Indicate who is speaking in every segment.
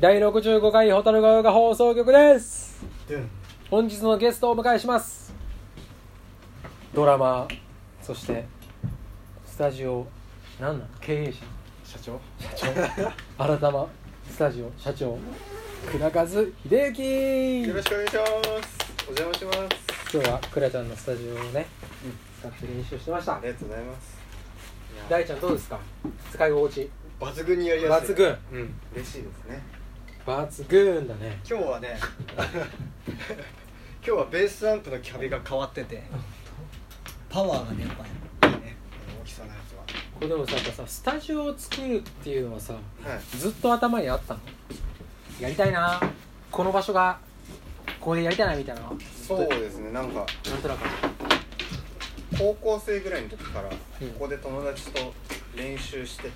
Speaker 1: 第65回ホタルガヨガ放送局です
Speaker 2: ドゥン
Speaker 1: 本日のゲストをお迎えしますドラマーそしてスタジオなんなん経営者
Speaker 2: 社長
Speaker 1: 社長改まスタジオ社長倉和秀之
Speaker 2: よろしくお願いしますお邪魔します
Speaker 1: 今日は倉ちゃんのスタジオをね、使って練習してました
Speaker 2: ありがとうございますいや
Speaker 1: 大ちゃんどうですか使い心地
Speaker 2: 抜群にやりやすい
Speaker 1: 抜群うん
Speaker 2: 嬉しいですね
Speaker 1: 抜群だね
Speaker 3: 今日は ね今日はベースアンプのキャビが変わっててパワーがねやっぱり
Speaker 2: いいねこの大きさのやつ
Speaker 1: これでもさやっぱさスタジオを作るっていうのはさ
Speaker 2: ははい
Speaker 1: ずっと頭にあったのやりたいなこの場所がここでやりたいなみたいなのは
Speaker 2: そうですねなんか
Speaker 1: なんとなく
Speaker 2: 高校生ぐらいの時からこ
Speaker 1: うん
Speaker 2: こで友達と練習してて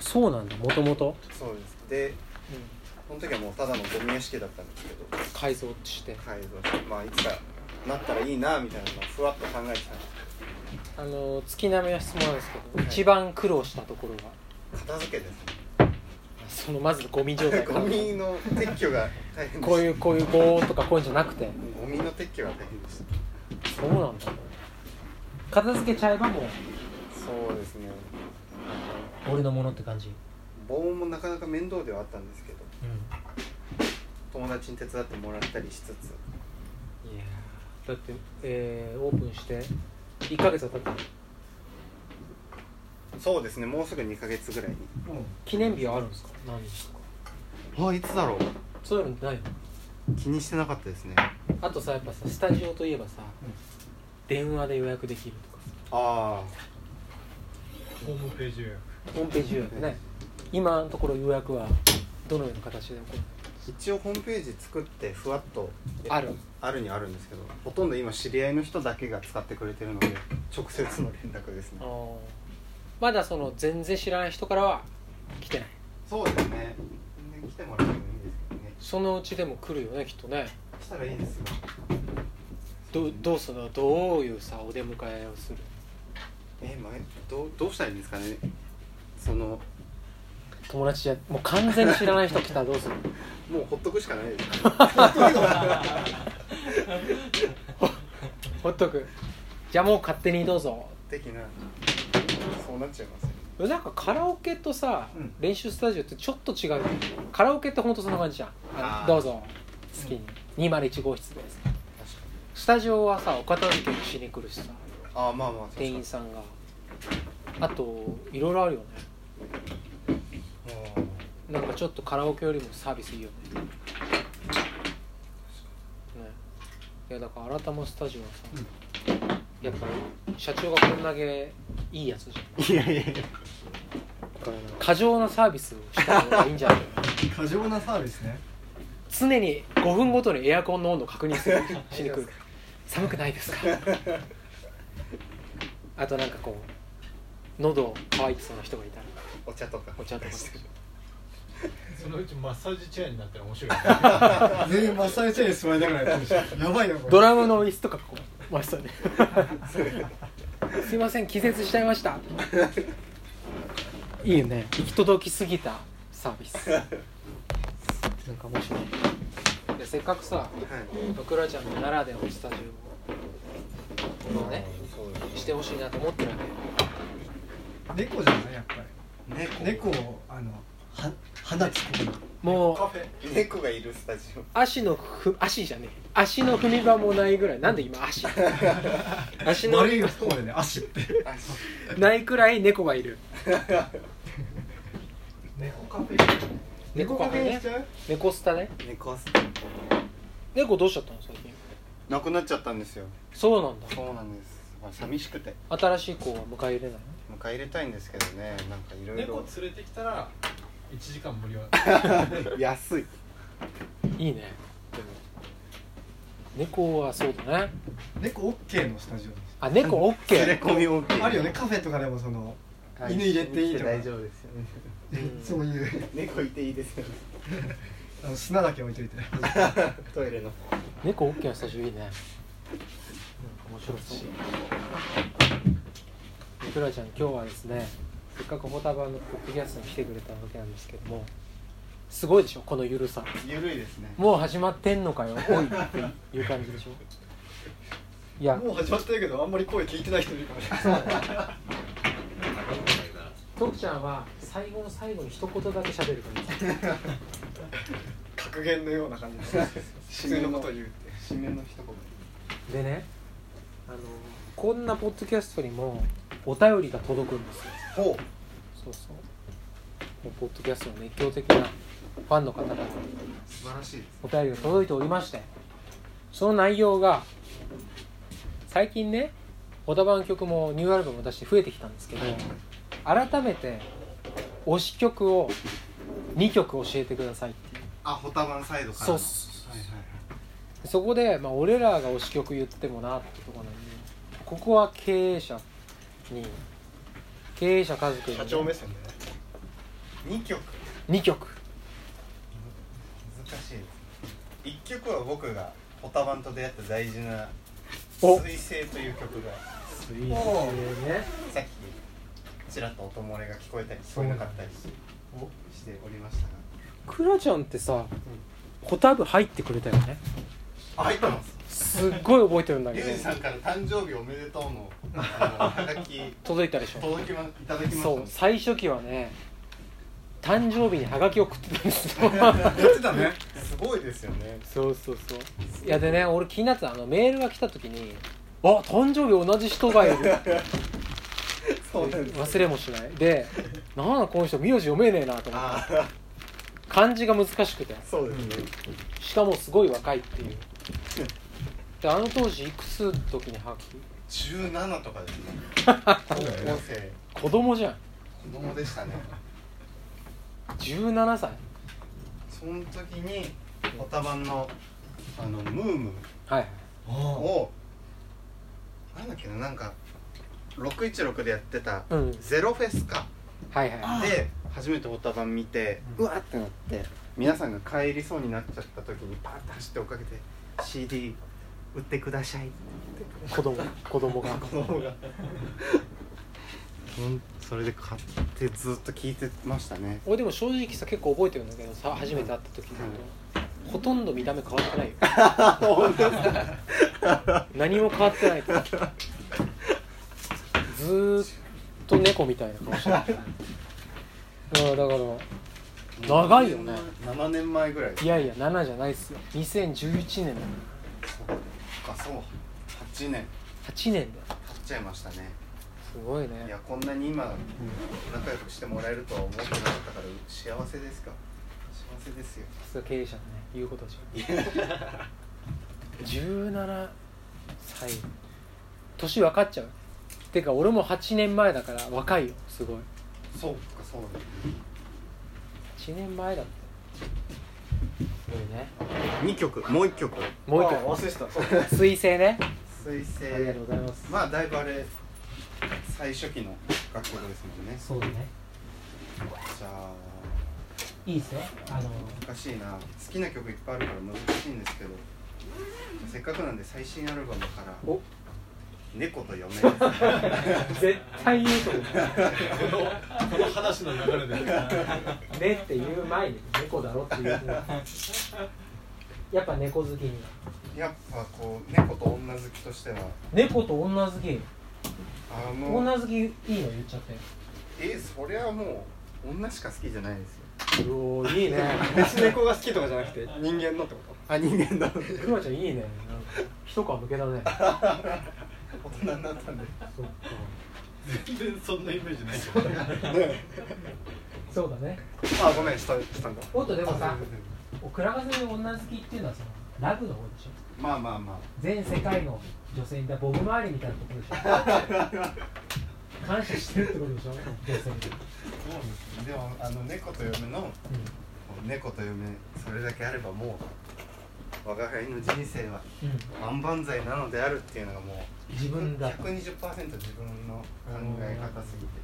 Speaker 1: そうなんだもともと
Speaker 2: そうですでその時はもうただのゴミ屋敷だったんですけど
Speaker 1: 改装して
Speaker 2: 改造してまあいつかなったらいいなみたいなのをふわっと考えてたんです
Speaker 1: あの月並みの質問なんですけど、
Speaker 2: はい
Speaker 1: 一番苦労したところは
Speaker 2: けど片付けです
Speaker 1: そのまずゴミ状態
Speaker 2: ね
Speaker 1: から
Speaker 2: ゴミの撤去が大変でした
Speaker 1: こういうこういう棒とかこういうんじゃなくて
Speaker 2: ゴミの撤去が大変でした
Speaker 1: そうなんだ片付けちゃえばもう
Speaker 2: そうですね
Speaker 1: 俺のものって感じ
Speaker 2: 棒もなかなか面倒ではあったんですけど
Speaker 1: うん
Speaker 2: 友達に手伝ってもらったりしつ
Speaker 1: い
Speaker 2: つ
Speaker 1: やーだって、えー、オープンして1ヶ月は経った
Speaker 2: そうですねもうすぐ2ヶ月ぐらいに
Speaker 1: 記念日はあるんですか何日とか
Speaker 2: あいつだろう
Speaker 1: そういうのないの
Speaker 2: 気にしてなかったですね
Speaker 1: あとさやっぱさスタジオといえばさ、電話で予約できるとかさ
Speaker 2: ああ
Speaker 3: ホームページ
Speaker 1: ホームページ予約ね今のところ予約はどのような形で起こる
Speaker 2: 一応ホームページ作ってふわっと
Speaker 1: ある
Speaker 2: あるにはあるんですけどほとんど今知り合いの人だけが使ってくれてるので直接の連絡ですね
Speaker 1: のまだその全然知らない人からは来てない
Speaker 2: そうですね全然来てもらってもいいんですけどね
Speaker 1: そのうちでも来るよねきっとね
Speaker 2: したらいいんですよ
Speaker 1: どどうするのどういうさお出迎えをする
Speaker 2: え前どうどうしたらいいんですかねその
Speaker 1: 友達じゃもう完全に知らない人来たらどうする
Speaker 2: もうほっとくしかない ですね
Speaker 1: ほっとくじゃあもう勝手にどうぞ
Speaker 2: 的なそうなっちゃいますよね
Speaker 1: なんかカラオケとさ、
Speaker 2: うん
Speaker 1: 練習スタジオってちょっと違うよねカラオケってほんとそんな感じじゃんあ
Speaker 2: あー
Speaker 1: のどうぞ好きに、201号室です
Speaker 2: 確か
Speaker 1: スタジオはさお片付けもしに来るしさ
Speaker 2: にああまあまあ確か
Speaker 1: 店
Speaker 2: に
Speaker 1: 員さんがあといろいろあるよね
Speaker 2: うん
Speaker 1: なんかちょっとカラオケよりもサービスいいよねねいやだから改まスタジオはさ、やっぱり社長がこんだけいいやつじゃん
Speaker 2: いやいやいや
Speaker 1: 過剰なサービスをした方がいいんじゃない
Speaker 3: 過剰なサービスね
Speaker 1: 常に5分ごとにエアコンの温度を確認す るしに来る寒くないです かあとなんかこう喉乾いてそうな人がいたら
Speaker 2: お茶とか
Speaker 1: お茶とか
Speaker 4: そのうちマッサージチェアになったら面白い
Speaker 3: 全員マッサージチェアに座りながらやってるしやばいなこ
Speaker 1: ド
Speaker 3: れ
Speaker 1: ラムの椅子とかこうましたね すいません気絶しちゃいま したいいよね行き届きすぎたサービス なんか面白いいやせっかくさ
Speaker 2: はい
Speaker 1: 僕らちゃんの奈良でのスタジオをね
Speaker 2: そうです
Speaker 1: してほしいなと思ってるわけ
Speaker 3: 猫じゃないやっぱ
Speaker 2: ね
Speaker 3: り猫をあのは放つこと
Speaker 1: もう
Speaker 2: フェ猫がいるスタジ
Speaker 1: 足のふ足じゃねえ足の踏み場もないぐらいなんで今足足の
Speaker 3: 悪い方でね足って
Speaker 2: オあ
Speaker 1: ないくらい猫がいる
Speaker 3: 猫カフェ猫カフェにしちゃう
Speaker 1: 猫スタね
Speaker 2: 猫は
Speaker 1: 猫どうしちゃったの最近
Speaker 2: なくなっちゃったんですよ
Speaker 1: そうなんだ
Speaker 2: そうなんですまあ寂しくて
Speaker 1: 新しい子は迎え入れない
Speaker 2: 迎え入れたいんですけどねなんかいろい
Speaker 4: 猫
Speaker 2: ろ
Speaker 4: 連れてきたら1時間無料
Speaker 2: 安
Speaker 1: の
Speaker 2: い
Speaker 1: いいね猫はそうだね
Speaker 3: 猫オッケーのスタジオで
Speaker 1: あ猫オッケ
Speaker 2: 連れ
Speaker 1: ー
Speaker 2: 込み OK
Speaker 3: すあるよねカフェとかでもその
Speaker 2: はい
Speaker 3: 犬入れていいとか
Speaker 2: 大丈夫ですよね
Speaker 1: うん
Speaker 3: そういう
Speaker 2: 猫いていいですよね
Speaker 3: あの砂だけ置いとい て
Speaker 2: トイレの
Speaker 1: 猫オッケーのスタジオいいねなんか面白そういくらちゃん今日はですねせっかくホタバのポッドキャストに来てくれたわけなんですけどもすごいでしょこのゆるさ
Speaker 2: ゆるいですね
Speaker 1: もう始まってんのかよおいっていう感じでしょいや
Speaker 3: もう始まってるけどあんまり声聞いてない人いるかも しれない
Speaker 1: 徳ちゃんは最後の最後に一言だけ喋るから
Speaker 3: 格言のような感じ で普通のことを言うって
Speaker 2: 締めの一言
Speaker 1: でねあのこんなポッドキャストにもお便りが届くんですよ
Speaker 3: ほ
Speaker 1: そうそうもうポッドキャストの熱狂的なファンの方から
Speaker 2: 素晴らしいです
Speaker 1: お便りが届いておりましてその内容が最近ねオタバン曲もニューアルバムを出して増えてきたんですけど改めて推し曲を2曲教えてくださいって
Speaker 2: あホタバンサイドから
Speaker 1: そうっ
Speaker 2: の
Speaker 1: す
Speaker 2: はいはいはい
Speaker 1: そこで、まあ、俺らが推し曲言ってもなってとこなんでここは経営者に経営者家
Speaker 3: う
Speaker 1: 族に、
Speaker 3: 社長目線でね2曲
Speaker 1: 2曲
Speaker 2: 難しいです一曲は僕がホタバンと出会った大事な「
Speaker 1: お
Speaker 2: 水星」という曲が
Speaker 1: スイ
Speaker 3: ート
Speaker 1: ね
Speaker 2: さっきちらっと音漏れが聞こえたり聞こえなかったりしてしておりました
Speaker 1: クラちゃんってさ、ホタブ入ってくれたよね
Speaker 2: があ入ったんです
Speaker 1: すっごい覚えてるんだけ
Speaker 2: ゆ
Speaker 1: ど
Speaker 2: うじさんから誕生日おめでとうのあのおはがき
Speaker 1: 届いたでしょ
Speaker 2: 届きまいただきました
Speaker 1: そう最初期はね誕生日にハガキ送ってたんです よ
Speaker 2: やってたねすごいですよね
Speaker 1: そうそうそういやでね俺気になってたあのメールが来た時にあ誕生日同じ人がいる
Speaker 3: そうなんです
Speaker 1: 忘れもしないでなんだこの人名字読めねえなと思って
Speaker 2: ああ
Speaker 1: 漢字が難しくて
Speaker 2: そうですね
Speaker 1: しかもすごい若いっていうであの当時いくつの時にハガキ
Speaker 2: 17とかですね高校生
Speaker 1: 子供じゃん
Speaker 2: 子供でしたね
Speaker 1: 17歳
Speaker 2: その時にホタバンのあのムーム
Speaker 1: はい
Speaker 2: をなんだっけななんか616でやってた
Speaker 1: うん
Speaker 2: ゼロフェスか
Speaker 1: はいはい
Speaker 3: あ
Speaker 2: で初めてオタバン見てうわってなって皆さんが帰りそうになっちゃった時にパーッて走って追っかけて CD 売ってください
Speaker 1: 子供子供が
Speaker 2: 子供がそれで買ってずっと聞いてましたね
Speaker 1: 俺でも正直さ結構覚えてるんだけどさ初めて会った時に、ほとんど見た目変わってないよ 何も変わってないとずーっと猫みたいな顔してたうんだから長いよね
Speaker 2: 7年前ぐらい
Speaker 1: いやいや7じゃないっすよ2011年だよ
Speaker 2: あそう8年
Speaker 1: 8年だよ
Speaker 2: 経っちゃいましたね
Speaker 1: すごいね
Speaker 2: いやこんなに今仲良くしてもらえるとは思ってなかったから幸せですか幸せですよ
Speaker 1: さすが経営者のね言うことじゃん17歳年分かっちゃうてか俺も8年前だから若いよすごい
Speaker 2: そうかそうだ
Speaker 1: 8年前だってすごいね
Speaker 2: 2曲もう1曲
Speaker 1: もう一
Speaker 3: あ
Speaker 1: 個
Speaker 3: 忘れてたそう
Speaker 1: 彗星ね
Speaker 2: 水星
Speaker 1: ありがとうございます
Speaker 2: まあだいぶあれ最初期の楽曲ですもんね
Speaker 5: そうだね
Speaker 2: じゃあ
Speaker 5: いいですよあの
Speaker 2: 難しいな好きな曲いっぱいあるから難しいんですけどせっかくなんで最新アルバムから
Speaker 1: お
Speaker 2: 「猫と嫁」ですね
Speaker 1: 絶対言うと思う
Speaker 4: この話の流れで
Speaker 1: 「ね」って言う前に「猫だろ」って言う やっぱ猫好きに
Speaker 2: やっぱこう猫と女好きとしては
Speaker 1: 猫と女好き
Speaker 2: あの
Speaker 1: 女好きいいの言っちゃって
Speaker 2: えそりゃもう女しか好きじゃないですよ
Speaker 1: おおいいね
Speaker 3: 別猫が好きとかじゃなくて人間のってこと
Speaker 2: あ人間だ
Speaker 1: クマちゃんいいねなんか一皮むけだね
Speaker 2: 大人になったんで
Speaker 1: そっか
Speaker 4: 全然そんなイメージない
Speaker 5: そうだね
Speaker 2: あごめんしたしたんだ
Speaker 5: おっとでもさ倉賀さんの女好きっていうのはそのラブの方でしょ
Speaker 2: まあまあまあ
Speaker 5: 全世界の女性にだボブ周りみたいなところでしょ感謝してるってことでしょ女性に、
Speaker 2: そうですねでもあの猫と嫁の猫と嫁それだけあればもう我が輩の人生は
Speaker 5: うんうん、
Speaker 2: 万々歳なのであるっていうのがも
Speaker 5: 自
Speaker 2: う
Speaker 5: 分だ
Speaker 2: 120%自分の考え方すぎて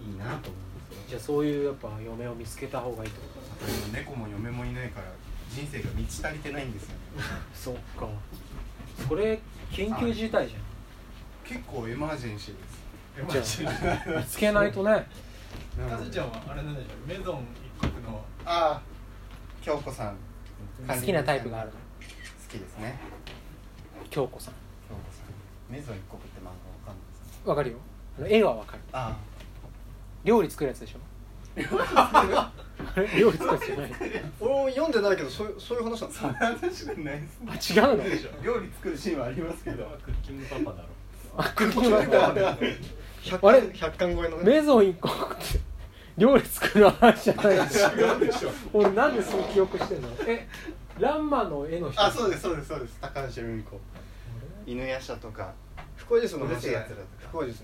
Speaker 2: いいなと思うんです
Speaker 1: じ
Speaker 2: よ
Speaker 1: ゃあそういうやっぱ嫁を見つけた方がいいってこと
Speaker 2: 猫も嫁もいないから人生が満ち足りてないんですよね
Speaker 1: そっかそれ緊急事態じ
Speaker 2: 結構エマージェンシーです
Speaker 1: ゃんじゃあ見つけないとね
Speaker 4: カズちゃんはあれなんでしょメゾン一国の
Speaker 2: ああ京子さん
Speaker 1: 好きなタイプがある
Speaker 2: 好
Speaker 1: の
Speaker 2: きですね
Speaker 1: 京子さん
Speaker 2: 京子さんメゾン一国って漫画わかんないですか
Speaker 1: わかるよあの絵はわかる
Speaker 2: あ
Speaker 1: 料理作るやつ でしょあれ料理作るやつじゃない
Speaker 3: 俺も読んでないけどそういうそういう話なん
Speaker 2: あ
Speaker 3: です
Speaker 2: そんな話じゃないですね
Speaker 1: あ違うの
Speaker 2: 料理作るシーンはありますけど
Speaker 4: クッキングパパだろ
Speaker 1: あクッキングパパ
Speaker 3: 100
Speaker 1: あれ
Speaker 3: 巻100巻超えのね
Speaker 1: メゾン一個って料理作る話じゃないでしょ
Speaker 2: 違うでしょ
Speaker 1: 俺なんでそう記憶してんのえランマの絵の人
Speaker 2: あそうですそうですそうです高橋留美子犬夜叉とか
Speaker 3: 福岡術の
Speaker 2: うる
Speaker 3: 話
Speaker 2: せえ
Speaker 3: じゃな
Speaker 2: や
Speaker 3: い
Speaker 2: つらとか
Speaker 3: 福岡術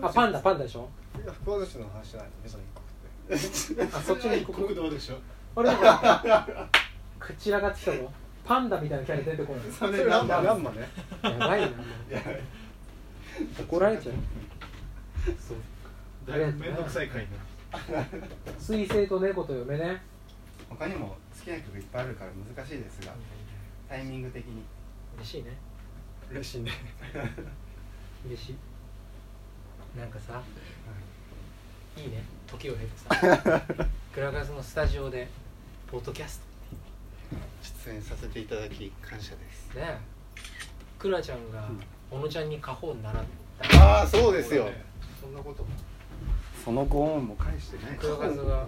Speaker 3: の
Speaker 1: あパンダパンダでしょ
Speaker 3: いや福岡術の話じゃないのメゾン一国って
Speaker 2: あ
Speaker 1: そっちの一国
Speaker 2: 国道でしょ
Speaker 1: あれだから口ちらがってきたぞパンダみたいなキャラ出てこない
Speaker 3: そ
Speaker 2: そ
Speaker 3: れランマランマね
Speaker 1: やばいなも
Speaker 2: いや
Speaker 1: う怒られちゃう
Speaker 4: そうだいぶ面倒くさい回になる
Speaker 1: 彗星と猫と嫁ね
Speaker 2: 他にも好きな曲いっぱいあるから難しいですがタイミング的に
Speaker 1: 嬉しいね
Speaker 3: 嬉しいね
Speaker 1: 嬉しいなんかさいいね時を経てさ クラガスのスタジオでポッドキャスト
Speaker 2: 出演させていただき感謝です
Speaker 1: ねクラちゃんが小野ちゃんに家宝に習っ
Speaker 2: ああそうですよ
Speaker 1: そんなことも
Speaker 2: そのご恩も返してない
Speaker 1: 黒数が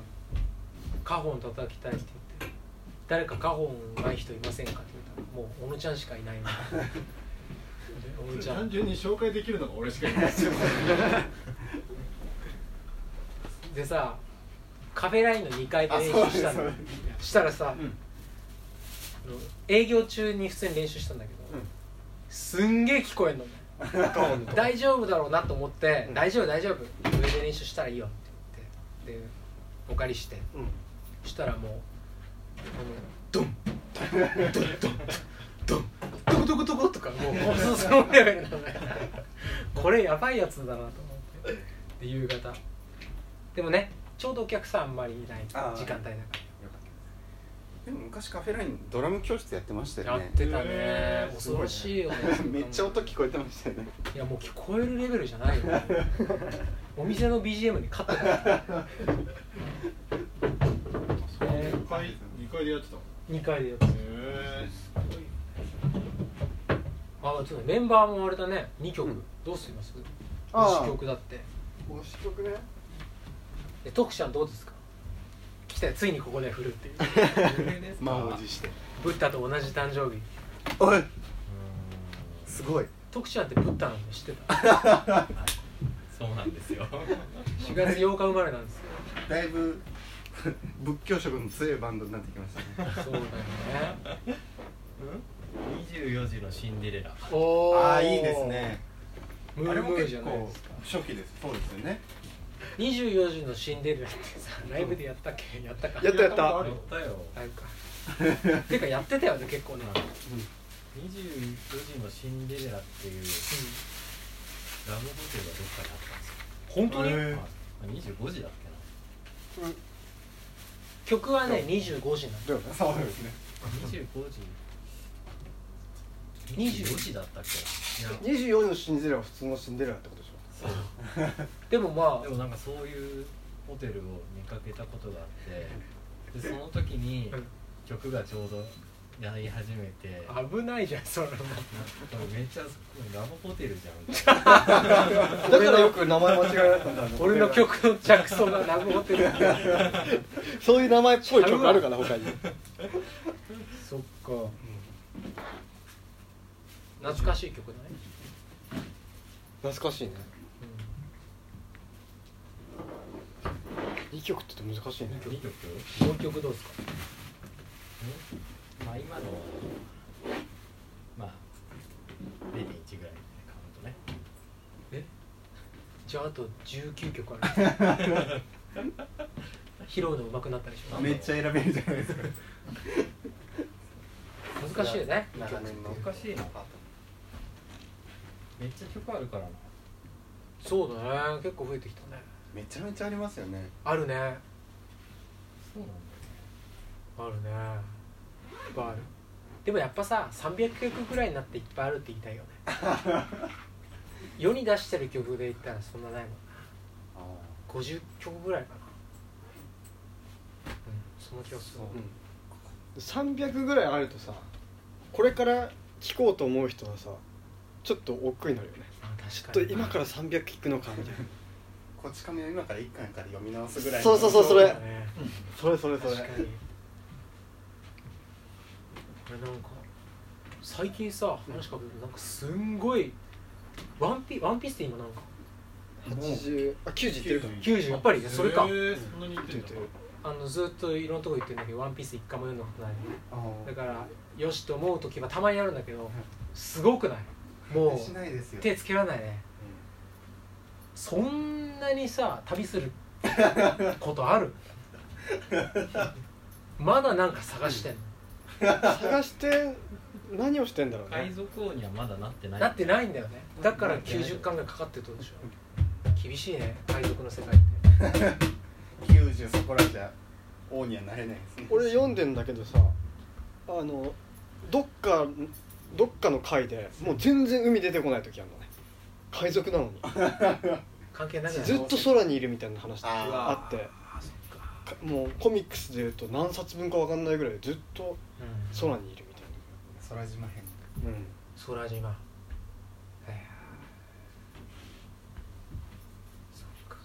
Speaker 1: 家宝叩きたいって言って誰か家宝ない人いませんかって言ったらもう小野ちゃんしかい ないなで小野ちゃ
Speaker 4: 単
Speaker 1: ん
Speaker 4: 純に紹介できるのが俺しかいない
Speaker 1: でさカフェラインの2階で
Speaker 2: あ
Speaker 1: 練
Speaker 2: そう
Speaker 1: 習
Speaker 2: です
Speaker 1: した
Speaker 2: そ
Speaker 1: の
Speaker 2: う
Speaker 1: よしたらさ、
Speaker 2: うん
Speaker 1: あの営業中に普通に練習したんだけど、
Speaker 2: うん
Speaker 1: すんげえ聞こえんのね大丈夫だろうなと思って「
Speaker 2: うん
Speaker 1: 大丈夫大丈夫上で練習したらいいよ」って言ってでお借りして
Speaker 2: うん
Speaker 1: そしたらもうあのドンドンドンドンドンドコドコドコとかもう放送そのレベルなのねこれやばいやつだなと思ってで夕方でもねちょうどお客さんあんまりいない時
Speaker 2: あー
Speaker 1: 間帯だか
Speaker 2: でも昔カフェラインドラム教室やってました
Speaker 1: らや
Speaker 2: よ
Speaker 1: っ
Speaker 2: ね
Speaker 1: てたね
Speaker 4: へー
Speaker 1: 恐ろしいよね
Speaker 2: めっちゃ音聞こえてましたよね
Speaker 1: いやもう聞こえるレベルじゃないよお店の BGM に勝ってたえ
Speaker 4: 2階二階でやってたもん
Speaker 1: 2回でやってた
Speaker 4: へえすごい
Speaker 1: あちょっとメンバーもあれだね2曲、
Speaker 2: うん
Speaker 1: どうすいます
Speaker 2: あー
Speaker 1: 推し曲だって
Speaker 2: 推し曲ね
Speaker 1: え徳ちゃんどうですか来たよついにここで振るっていう
Speaker 2: 満を持して
Speaker 1: ブッダと同じ誕生日
Speaker 2: おいすごい
Speaker 1: 徳ちゃんってブッダなんで知ってた
Speaker 6: そうなんですよ
Speaker 1: 4月8日生まれなんですよ
Speaker 2: だいぶ仏教色の強いバンドになってきましたね
Speaker 1: そうだよね
Speaker 6: 24時のシンデレラ
Speaker 1: おー
Speaker 2: ああいいですね
Speaker 1: ムールムールじゃないですか
Speaker 2: 初期ですそうですよね
Speaker 1: 24時のシンデレラってさライブでやったっけやったか
Speaker 3: やったやった
Speaker 4: あ
Speaker 6: や
Speaker 4: る
Speaker 6: ったよ
Speaker 1: ライブかてかやってたよね結構ね、
Speaker 6: 24時のシンデレラっていうラブホテ
Speaker 1: 本
Speaker 6: ルがどっかにあったんですよ
Speaker 1: 当に、
Speaker 2: へえ
Speaker 6: あ25時だっけな
Speaker 1: 曲はね25時なの
Speaker 2: そうですね
Speaker 6: 25時
Speaker 1: 20
Speaker 6: 24時だったっけないや
Speaker 3: 24のシンデレラは普通のシンデレラってことでしょ
Speaker 1: でもま
Speaker 6: でもなんかそういうホテルを見かけたことがあってでその時に
Speaker 1: うん
Speaker 6: 曲がちょうどやり始めてなんか
Speaker 1: あ危ないじゃんそれも
Speaker 6: めっちゃラブホテルじゃんみた いな
Speaker 3: だからよく名前間違えられたんだあ
Speaker 1: 俺の曲の着想がラブホテル
Speaker 3: そういう名前っぽい曲あるかな他に
Speaker 1: そっか懐かしい曲だね、
Speaker 3: 懐かしいねいい曲って難しいね
Speaker 6: 2曲
Speaker 1: うん、この曲どうですか
Speaker 6: まあ今のまあ0.1ぐらいカウントね
Speaker 1: じゃああと19曲ある拾うの上手くなったでしょ
Speaker 2: めっちゃ選べるじゃないですか
Speaker 1: 難しいよね
Speaker 2: 長年の
Speaker 6: おかしいなめっちゃ曲あるからな
Speaker 1: そうだね結構増えてきたね
Speaker 2: めちゃめちゃありますよね
Speaker 1: あるね
Speaker 6: そうなんだよ
Speaker 1: あるねいっぱいあるでもやっぱさ300曲ぐらいになっていっぱいあるって言いた いよね世に出してる曲で言ったらそんなないもんな50曲ぐらいかな、うんその曲
Speaker 7: 300ぐらいあるとさこれから聴こうと思う人はさちょっと億劫になるよねちょっと今から300聴くのかみたい
Speaker 2: こち亀を今から一巻から読み直すぐら
Speaker 7: ないそうそうそうそ
Speaker 1: そう
Speaker 7: れ
Speaker 1: だね
Speaker 7: それそれそれ
Speaker 1: 確かにこれなんか最近さ話しかけるとなんかすんごいワンピワンピースって今なんか
Speaker 7: 80あ90いってるか
Speaker 1: 90やっぱりねそれか
Speaker 4: へーそんなに言ってんだ
Speaker 1: あのずっといろんなとこ言ってるんだけど「ワンピース一回も読んだことない
Speaker 2: あー
Speaker 1: だからよしと思う時はたまにあるんだけどすごくないも
Speaker 2: し
Speaker 1: う
Speaker 2: ないですよ
Speaker 1: 手つけられないねそんなにさ旅することあるまだなんか探してんの、
Speaker 7: 探して何をしてんだろう
Speaker 6: 海
Speaker 7: ね
Speaker 6: 賊王にはまだなってない
Speaker 1: なってないんだよねだから90巻がかかってるってことでしょ厳しいね海賊の世界って
Speaker 2: 90そこらじゃ王にはなれないですね
Speaker 7: 俺読んでんだけどさあのどっかどっかの回でもう全然海出てこない時あるのね海賊なのに
Speaker 1: 関係なくない
Speaker 7: ずっと空にいるみたいな話
Speaker 2: あ
Speaker 7: あってかもうコミックスでいうと何冊分か分かんないぐらいずっと
Speaker 1: うん
Speaker 7: 空にいるみたい
Speaker 2: 空島編
Speaker 7: な、うん、
Speaker 1: 空島へえそっか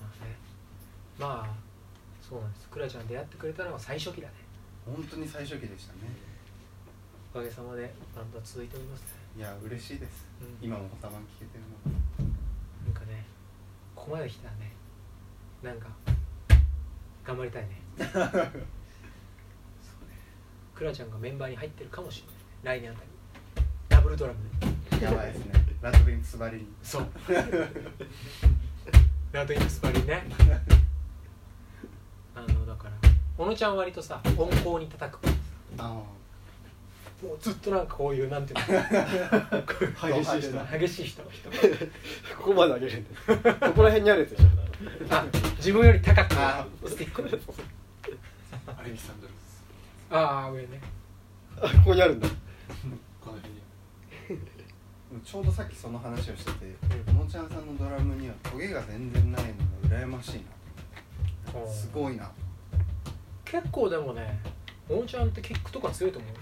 Speaker 1: まあねまあそうなんですクラちゃん出会ってくれたのは最初期だね
Speaker 2: 本当に最初期でしたね
Speaker 1: おかげさまでバンドは続いておりますね
Speaker 2: いや嬉しいです、
Speaker 1: うん
Speaker 2: 今もたまに聞けてるのが
Speaker 1: なんかねここまで来たらねなんか頑張りたいね そうねクラちゃんがメンバーに入ってるかもしれない来年あたりダブルドラムで
Speaker 2: やばいですねラトビンつば りに
Speaker 1: そうラドインスパリね あのだから小野ちゃんは割とさ温厚に叩く
Speaker 2: あ
Speaker 1: もうずっとなんかこういうなんて いうの
Speaker 7: 激しい人
Speaker 1: 激しい人
Speaker 7: ここまで上げるんだよここら辺にあるや つでしょ
Speaker 1: あ自分より高く
Speaker 2: あ
Speaker 1: スティッ ク
Speaker 2: あアレキサンドロス
Speaker 1: ああ上ね
Speaker 7: あここにあるんだ
Speaker 4: この辺に
Speaker 2: ちょうどさっきその話をしてて小野ちゃんさんのドラムにはトゲが全然ないのが羨ましいなすごいな
Speaker 1: 結構でもね小野ちゃんってキックとか強いと思うよ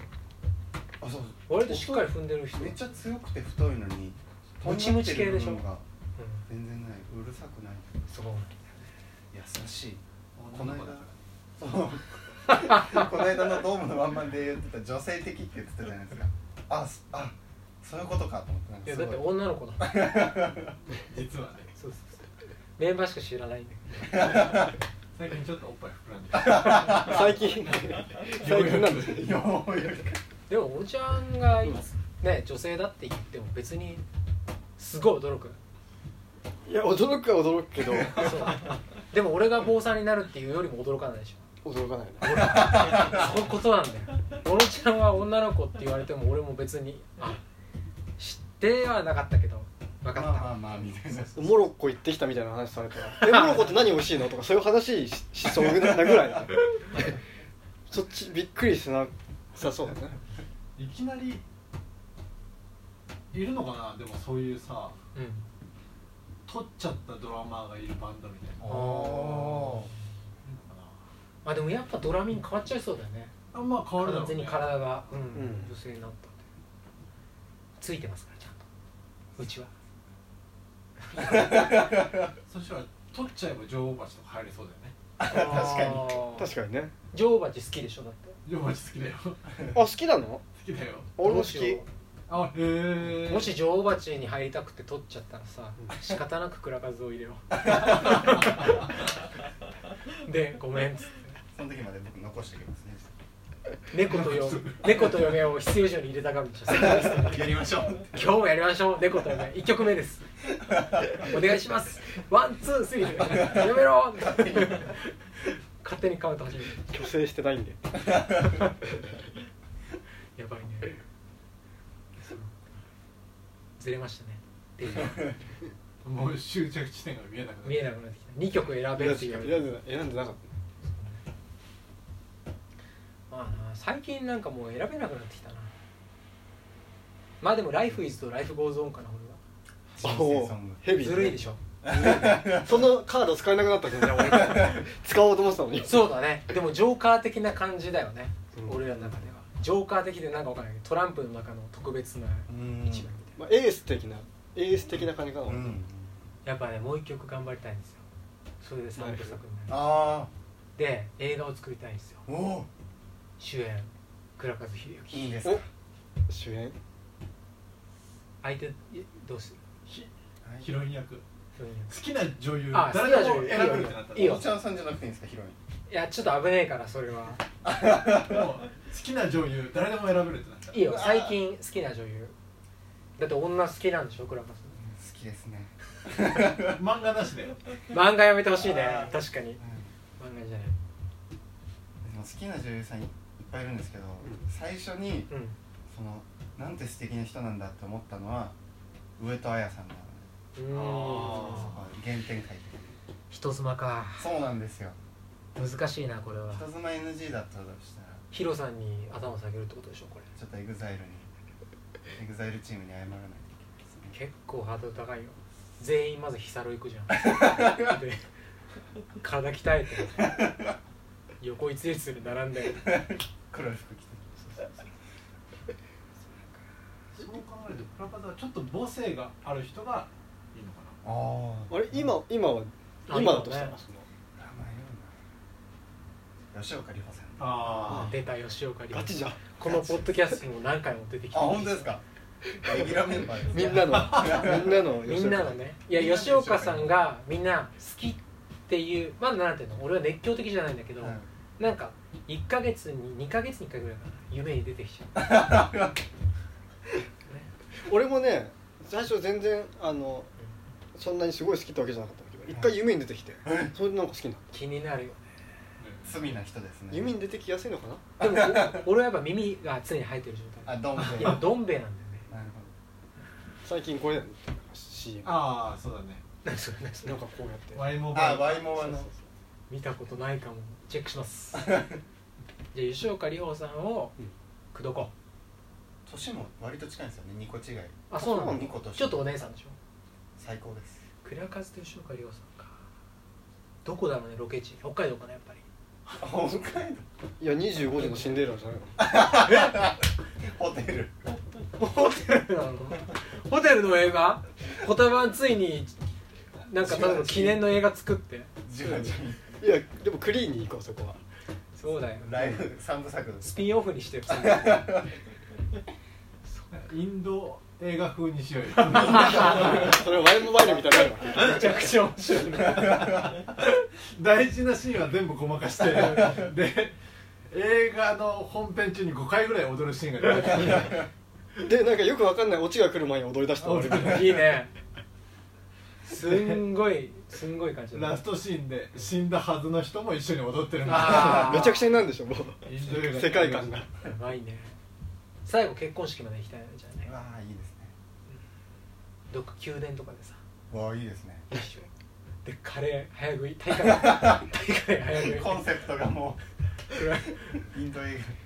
Speaker 2: あそう
Speaker 1: 割としっかり踏んでる人
Speaker 2: めっちゃ強くて太いのに
Speaker 1: ムチムチ系でしょ
Speaker 2: とんがってる部
Speaker 1: う
Speaker 2: 分が全然ないうるさくない
Speaker 1: んそう
Speaker 2: 優しいこ
Speaker 4: こ
Speaker 2: の間
Speaker 4: の間だか
Speaker 2: そう この間のドームのワンマンで言ってた女性的って言ってたじゃないですかあすあそういうことかと思ってなん
Speaker 1: い
Speaker 2: か
Speaker 1: や
Speaker 2: す
Speaker 1: だって女の子だもん
Speaker 4: ら実はね
Speaker 1: そうそうそうメンバーしか知らないんだ
Speaker 4: 最近ちょっとおっぱい膨らんでる
Speaker 7: 最近最近なんですよ
Speaker 2: ごいようやく
Speaker 1: けどでも小野ちゃんが、ね女性だって言っても別にすごい驚く
Speaker 7: いや驚くは驚くけ ど
Speaker 1: そうでも俺が坊さんになるっていうよりも驚かないでしょ
Speaker 7: 驚かないね
Speaker 1: そういうことなんだよ小野ちゃんは女の子って言われても俺も別にあ知ってはなかったけど分かった、
Speaker 2: まあまあまあみたいな
Speaker 7: モロッコ行ってきたみたいな話されたら「えモロッコって何美味しいの?」とかそういう話ししそうなぐらい だそっちびっくりしなさそうだね
Speaker 4: いきなりいるのかなでもそういうさ
Speaker 1: うん
Speaker 4: 取っちゃったドラマーがいるバンドみたいな
Speaker 1: あーまあでもやっぱドラミン変わっちゃいそうだよね
Speaker 4: あまあ変わるだろ
Speaker 1: 完
Speaker 4: うね
Speaker 1: 全に体が、うん
Speaker 7: ん
Speaker 1: 女性になったんでついてますからちゃんとうちは
Speaker 4: そしたら取っちゃえば女王橋とか入れそうだよね
Speaker 1: 確
Speaker 2: か
Speaker 7: 確かにね
Speaker 1: 女王蜂好きでしょだって
Speaker 4: 女王橋好きだよ好
Speaker 7: あ好きなの
Speaker 4: きだよ
Speaker 7: 俺も好
Speaker 1: もし
Speaker 7: き
Speaker 4: あへえ
Speaker 1: もし女王蜂に入りたくて取っちゃったらさ仕方なく蔵数を入れようでごめんっつっ
Speaker 2: その時まで僕残しておきますね
Speaker 1: て猫 とよ猫と嫁を必要以上に入れたがるんでしょセカンドリスト
Speaker 2: やりましょう
Speaker 1: 今日もやりましょう猫と嫁1曲目ですお願いしますワンツースリーやめろ勝手にカウント始める
Speaker 7: 虚勢してないんで
Speaker 1: やばいねずれましたねで
Speaker 4: もう終着地点が見えなくなる
Speaker 1: 見えなくなってきた2曲選べって言われて
Speaker 7: 選んでな選んでなかった
Speaker 1: まあな最近なんかもう選べなくなってきたなまあでも「Life is」と「Life goes on」かな俺は
Speaker 2: 人
Speaker 7: お
Speaker 2: 生
Speaker 7: お
Speaker 2: ソング
Speaker 7: ヘビー
Speaker 1: ずるいでしょ
Speaker 7: そのカード使えなくなったじゃんじゃ あ俺使おうと思ってたのに
Speaker 1: そうだねでもジョーカー的な感じだよね、
Speaker 7: うん
Speaker 1: 俺らの中ではジョーカー的でなんかわかんないけどトランプの中の特別な一枚みたいな
Speaker 7: まあ、エース的なエース的な感じかな、
Speaker 2: うん
Speaker 5: やっぱねもう一曲頑張りたいんですよそれで三部作になる
Speaker 2: あ
Speaker 5: で映画を作りたいんですよ
Speaker 2: あおお
Speaker 5: 主演倉和秀
Speaker 2: いい
Speaker 5: 幸
Speaker 2: ですか
Speaker 7: 主演
Speaker 5: 相手どうする
Speaker 4: ヒロイン役好
Speaker 5: ヒロイン
Speaker 4: きな女優
Speaker 1: あ
Speaker 4: 誰で
Speaker 1: 好きな女
Speaker 4: も
Speaker 1: 優
Speaker 4: 選べるってなったら
Speaker 1: いいよ
Speaker 2: お茶さんじゃなくていいんですかヒロイン
Speaker 1: いやちょっと危ねえからそれは
Speaker 4: もう好きな女優誰でも選べるってなったら
Speaker 1: いいよ最近好きな女優だって女好きなんでしょ倉和
Speaker 2: 好きですね
Speaker 4: 漫画なしで
Speaker 1: 漫画やめてほしいね確かに漫画じゃない
Speaker 2: でも好きな女優さんいっぱいいるんですけど、最初に
Speaker 1: うん
Speaker 2: そのなんて素敵な人なんだって思ったのは上戸彩さんなので
Speaker 1: うー
Speaker 2: そ
Speaker 1: ん
Speaker 2: こは原点回帰
Speaker 1: 人妻か
Speaker 2: そうなんですよ
Speaker 1: 難しいなこれは
Speaker 2: 人妻 NG だったとしたら
Speaker 1: ヒロさんに頭を下げるってことでしょこれ
Speaker 2: ちょっとエグザイルにエグザイルチームに謝らないといけないですね
Speaker 1: 結構ハードル高いよ全員まずヒサロ行く じゃんで体鍛えて横一列に並んで
Speaker 2: 黒い服着て
Speaker 4: そう考えるとプラパズはちょっと母性がある人がいいのかな
Speaker 2: ああ
Speaker 7: あれ今今は
Speaker 1: あ
Speaker 7: 今だとした
Speaker 1: 今
Speaker 7: ら
Speaker 1: ね
Speaker 7: その
Speaker 2: 名前言うな吉岡里帆さんあ
Speaker 4: あ
Speaker 1: 出た吉岡里帆
Speaker 7: ガチじゃん
Speaker 1: このポッドキャストにも何回も出てきて
Speaker 2: 本当ですかレギュラーメンバーです
Speaker 7: みんなの みんなの
Speaker 1: みんなのねいや
Speaker 2: みんなの
Speaker 1: 吉岡さんがみんな好きっていうまだなんていうの俺は熱狂的じゃないんだけど、
Speaker 2: うん
Speaker 1: なんか1ヶ月に2ヶ月に1回ぐらいかな夢に出てきちゃう
Speaker 7: 俺もね最初全然あのそんなにすごい好きってわけじゃなかったんだけど一回夢に出てきてそれでなんか好きになっ
Speaker 1: 気になるよね
Speaker 2: 罪な人ですね
Speaker 7: た夢に出てきやすいのかな
Speaker 1: でもお俺はやっぱ耳が常に生えてる状態
Speaker 2: あどうも
Speaker 1: 今どん兵衛なんだよね
Speaker 2: なるほど
Speaker 7: 最近これだよね CM
Speaker 4: ああそうだね
Speaker 1: 何それ何それ
Speaker 7: なんかこうやって
Speaker 4: ワイモバ
Speaker 2: あ
Speaker 4: イル
Speaker 2: ワイモアの
Speaker 1: 見たことないかもチェックしますじゃあ吉岡里帆さんを
Speaker 7: うん
Speaker 1: 口説こ
Speaker 2: 年も割と近いんですよね2個違いう
Speaker 1: あそうなの
Speaker 2: 二個年
Speaker 1: ちょっとお姉さんでしょ
Speaker 2: 最高です
Speaker 1: 倉和と吉岡里帆さんかどこだろうねロケ地北海道かなやっぱり
Speaker 2: 北海道
Speaker 7: いや25時のシンデレラじゃないの
Speaker 2: ホテル
Speaker 1: ホテルなのホテルの映画言葉ついになんか多分記念の映画作って
Speaker 2: じわじわ
Speaker 7: いやでもクリーンに行こうそこは
Speaker 1: そうだよ
Speaker 2: ライブ三部作
Speaker 1: スピンオフにしてよ
Speaker 4: インド映画風にしようよ
Speaker 7: それはワイモバイルみたいになるわ
Speaker 1: めちゃくちゃ面白い
Speaker 4: 大事なシーンは全部ごまかして で映画の本編中に5回ぐらい踊るシーンが出てくる
Speaker 7: でなんかよくわかんないオチが来る前に踊り出した俺
Speaker 1: いいねすんごいすんごい感じだ
Speaker 4: ラ
Speaker 1: ね
Speaker 4: ストシーンで死んだはずの人も一緒に踊ってるんだ
Speaker 1: あー
Speaker 7: めちゃくちゃになるんでしょもう
Speaker 4: インド映画
Speaker 7: 世界観が
Speaker 1: やばいね最後結婚式まで行きたいなじゃあね
Speaker 2: うわあいいですね
Speaker 1: どっか宮殿とかでさ
Speaker 2: うわあいいですね
Speaker 1: 一緒にでカレー早食い大会大会早食い
Speaker 2: コンセプトがもうインド映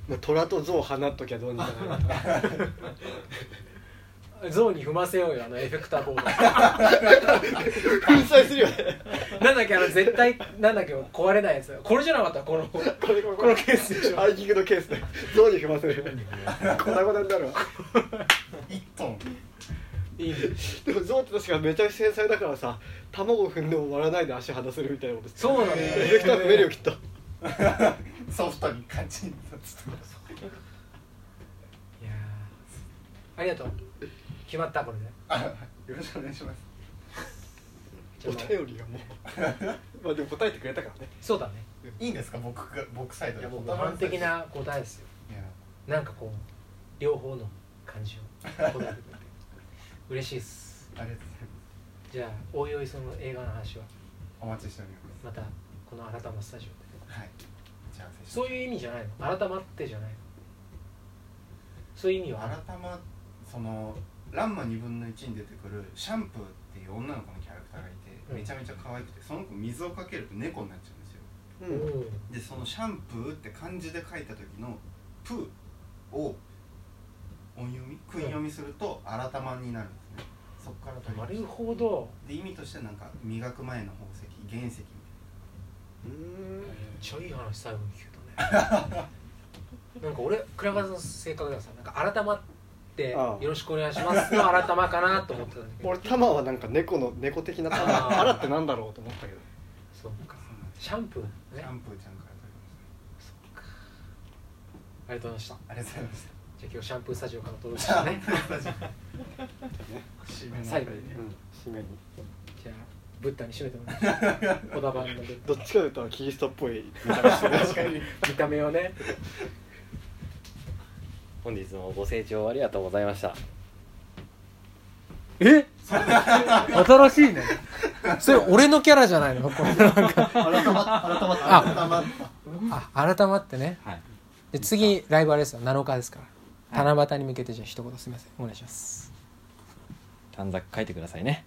Speaker 7: もう虎と象を放っときゃどうにかなる
Speaker 1: ゾウに踏ませようよあのエフェクターボー
Speaker 7: 粉砕するよね
Speaker 1: ドなんだっけあの絶対なんだっけ壊れないやつこれじゃなかったこのこ
Speaker 7: これこれこ
Speaker 1: の
Speaker 7: れ
Speaker 1: ケースでしょ
Speaker 7: ハイキングのケースで象に踏ませる 粉々になるわ
Speaker 2: 画一トン
Speaker 1: いいね
Speaker 7: でも象って確かめちゃくちゃ繊細だからさ卵を踏んでも割らないで足離せるみたいなことして
Speaker 1: そうなん
Speaker 7: エ
Speaker 1: だ
Speaker 7: フェ
Speaker 1: よ
Speaker 7: クター増えるよきっと
Speaker 2: ソフトにカチンと
Speaker 1: いやーありがとう決まったこれで
Speaker 2: あよろしくお願いします
Speaker 1: じゃ
Speaker 7: お
Speaker 1: あもう
Speaker 7: 便りがもう まあでも答えてくれたからね
Speaker 1: そうだね
Speaker 2: いいんですか僕が僕サイド
Speaker 1: い
Speaker 2: で
Speaker 1: やもう
Speaker 2: 言葉
Speaker 1: 完璧ない答えですよ
Speaker 2: いや
Speaker 1: なんかこう両方の感じを答えてくれて嬉しいっす
Speaker 2: ありがとうございます
Speaker 1: じゃあおいおいその映画の話は
Speaker 2: お待ちしておりま
Speaker 1: またこの改まスタジオです
Speaker 2: はい打ち合わせして
Speaker 1: そういう意味じゃないの改まってじゃないのそういう意味はある
Speaker 2: 改まそのランマ2分の1に出てくるシャンプーっていう女の子のキャラクターがいて
Speaker 1: うん
Speaker 2: めちゃめちゃ可愛くてその子水をかけると猫になっちゃうんですよ
Speaker 7: う
Speaker 1: お
Speaker 7: ん
Speaker 1: う
Speaker 2: でそのシャンプーって漢字で書いた時の「プー」を音読み訓読みすると「改ま」になるんですねそっから取り
Speaker 1: な
Speaker 2: まし
Speaker 1: る
Speaker 2: た
Speaker 1: ほど
Speaker 2: で意味としてはなんか磨く前の宝石原石み
Speaker 1: めっちゃいい話最後に聞けたねなんか俺倉川さんの性格ではさなんか改まって「
Speaker 7: あ
Speaker 1: よ
Speaker 7: あ
Speaker 1: ろしくお願いします」の改まかなと思ってたんだけど
Speaker 7: 俺玉はなんか猫の猫的な
Speaker 1: あー
Speaker 7: 玉あらってなんだろうと思ったけど
Speaker 1: そうか
Speaker 2: たいな
Speaker 1: シャンプー
Speaker 2: シ
Speaker 1: ね
Speaker 2: ャンプーちゃんから取りまし
Speaker 1: ありがとうございました
Speaker 2: たありがとうございました
Speaker 1: じゃあ今日シャンプースタジオからお届けしたね 最後にね
Speaker 7: うん締めに
Speaker 1: じゃあブッダに締めてもらいましょう小田版のブッ
Speaker 7: ど
Speaker 1: ダ
Speaker 7: っちかというとキリストっぽい見た目してる
Speaker 1: 見た目をね
Speaker 6: 本日もご清聴ありがとうございました
Speaker 1: え新しいね それ俺のキャラじゃないのこれなんかあ改まってね、
Speaker 6: はい
Speaker 1: で次ライブあれですよ7日ですから、七夕に向けてじゃあ一言すみませんお願いします
Speaker 6: 短冊書いてくださいね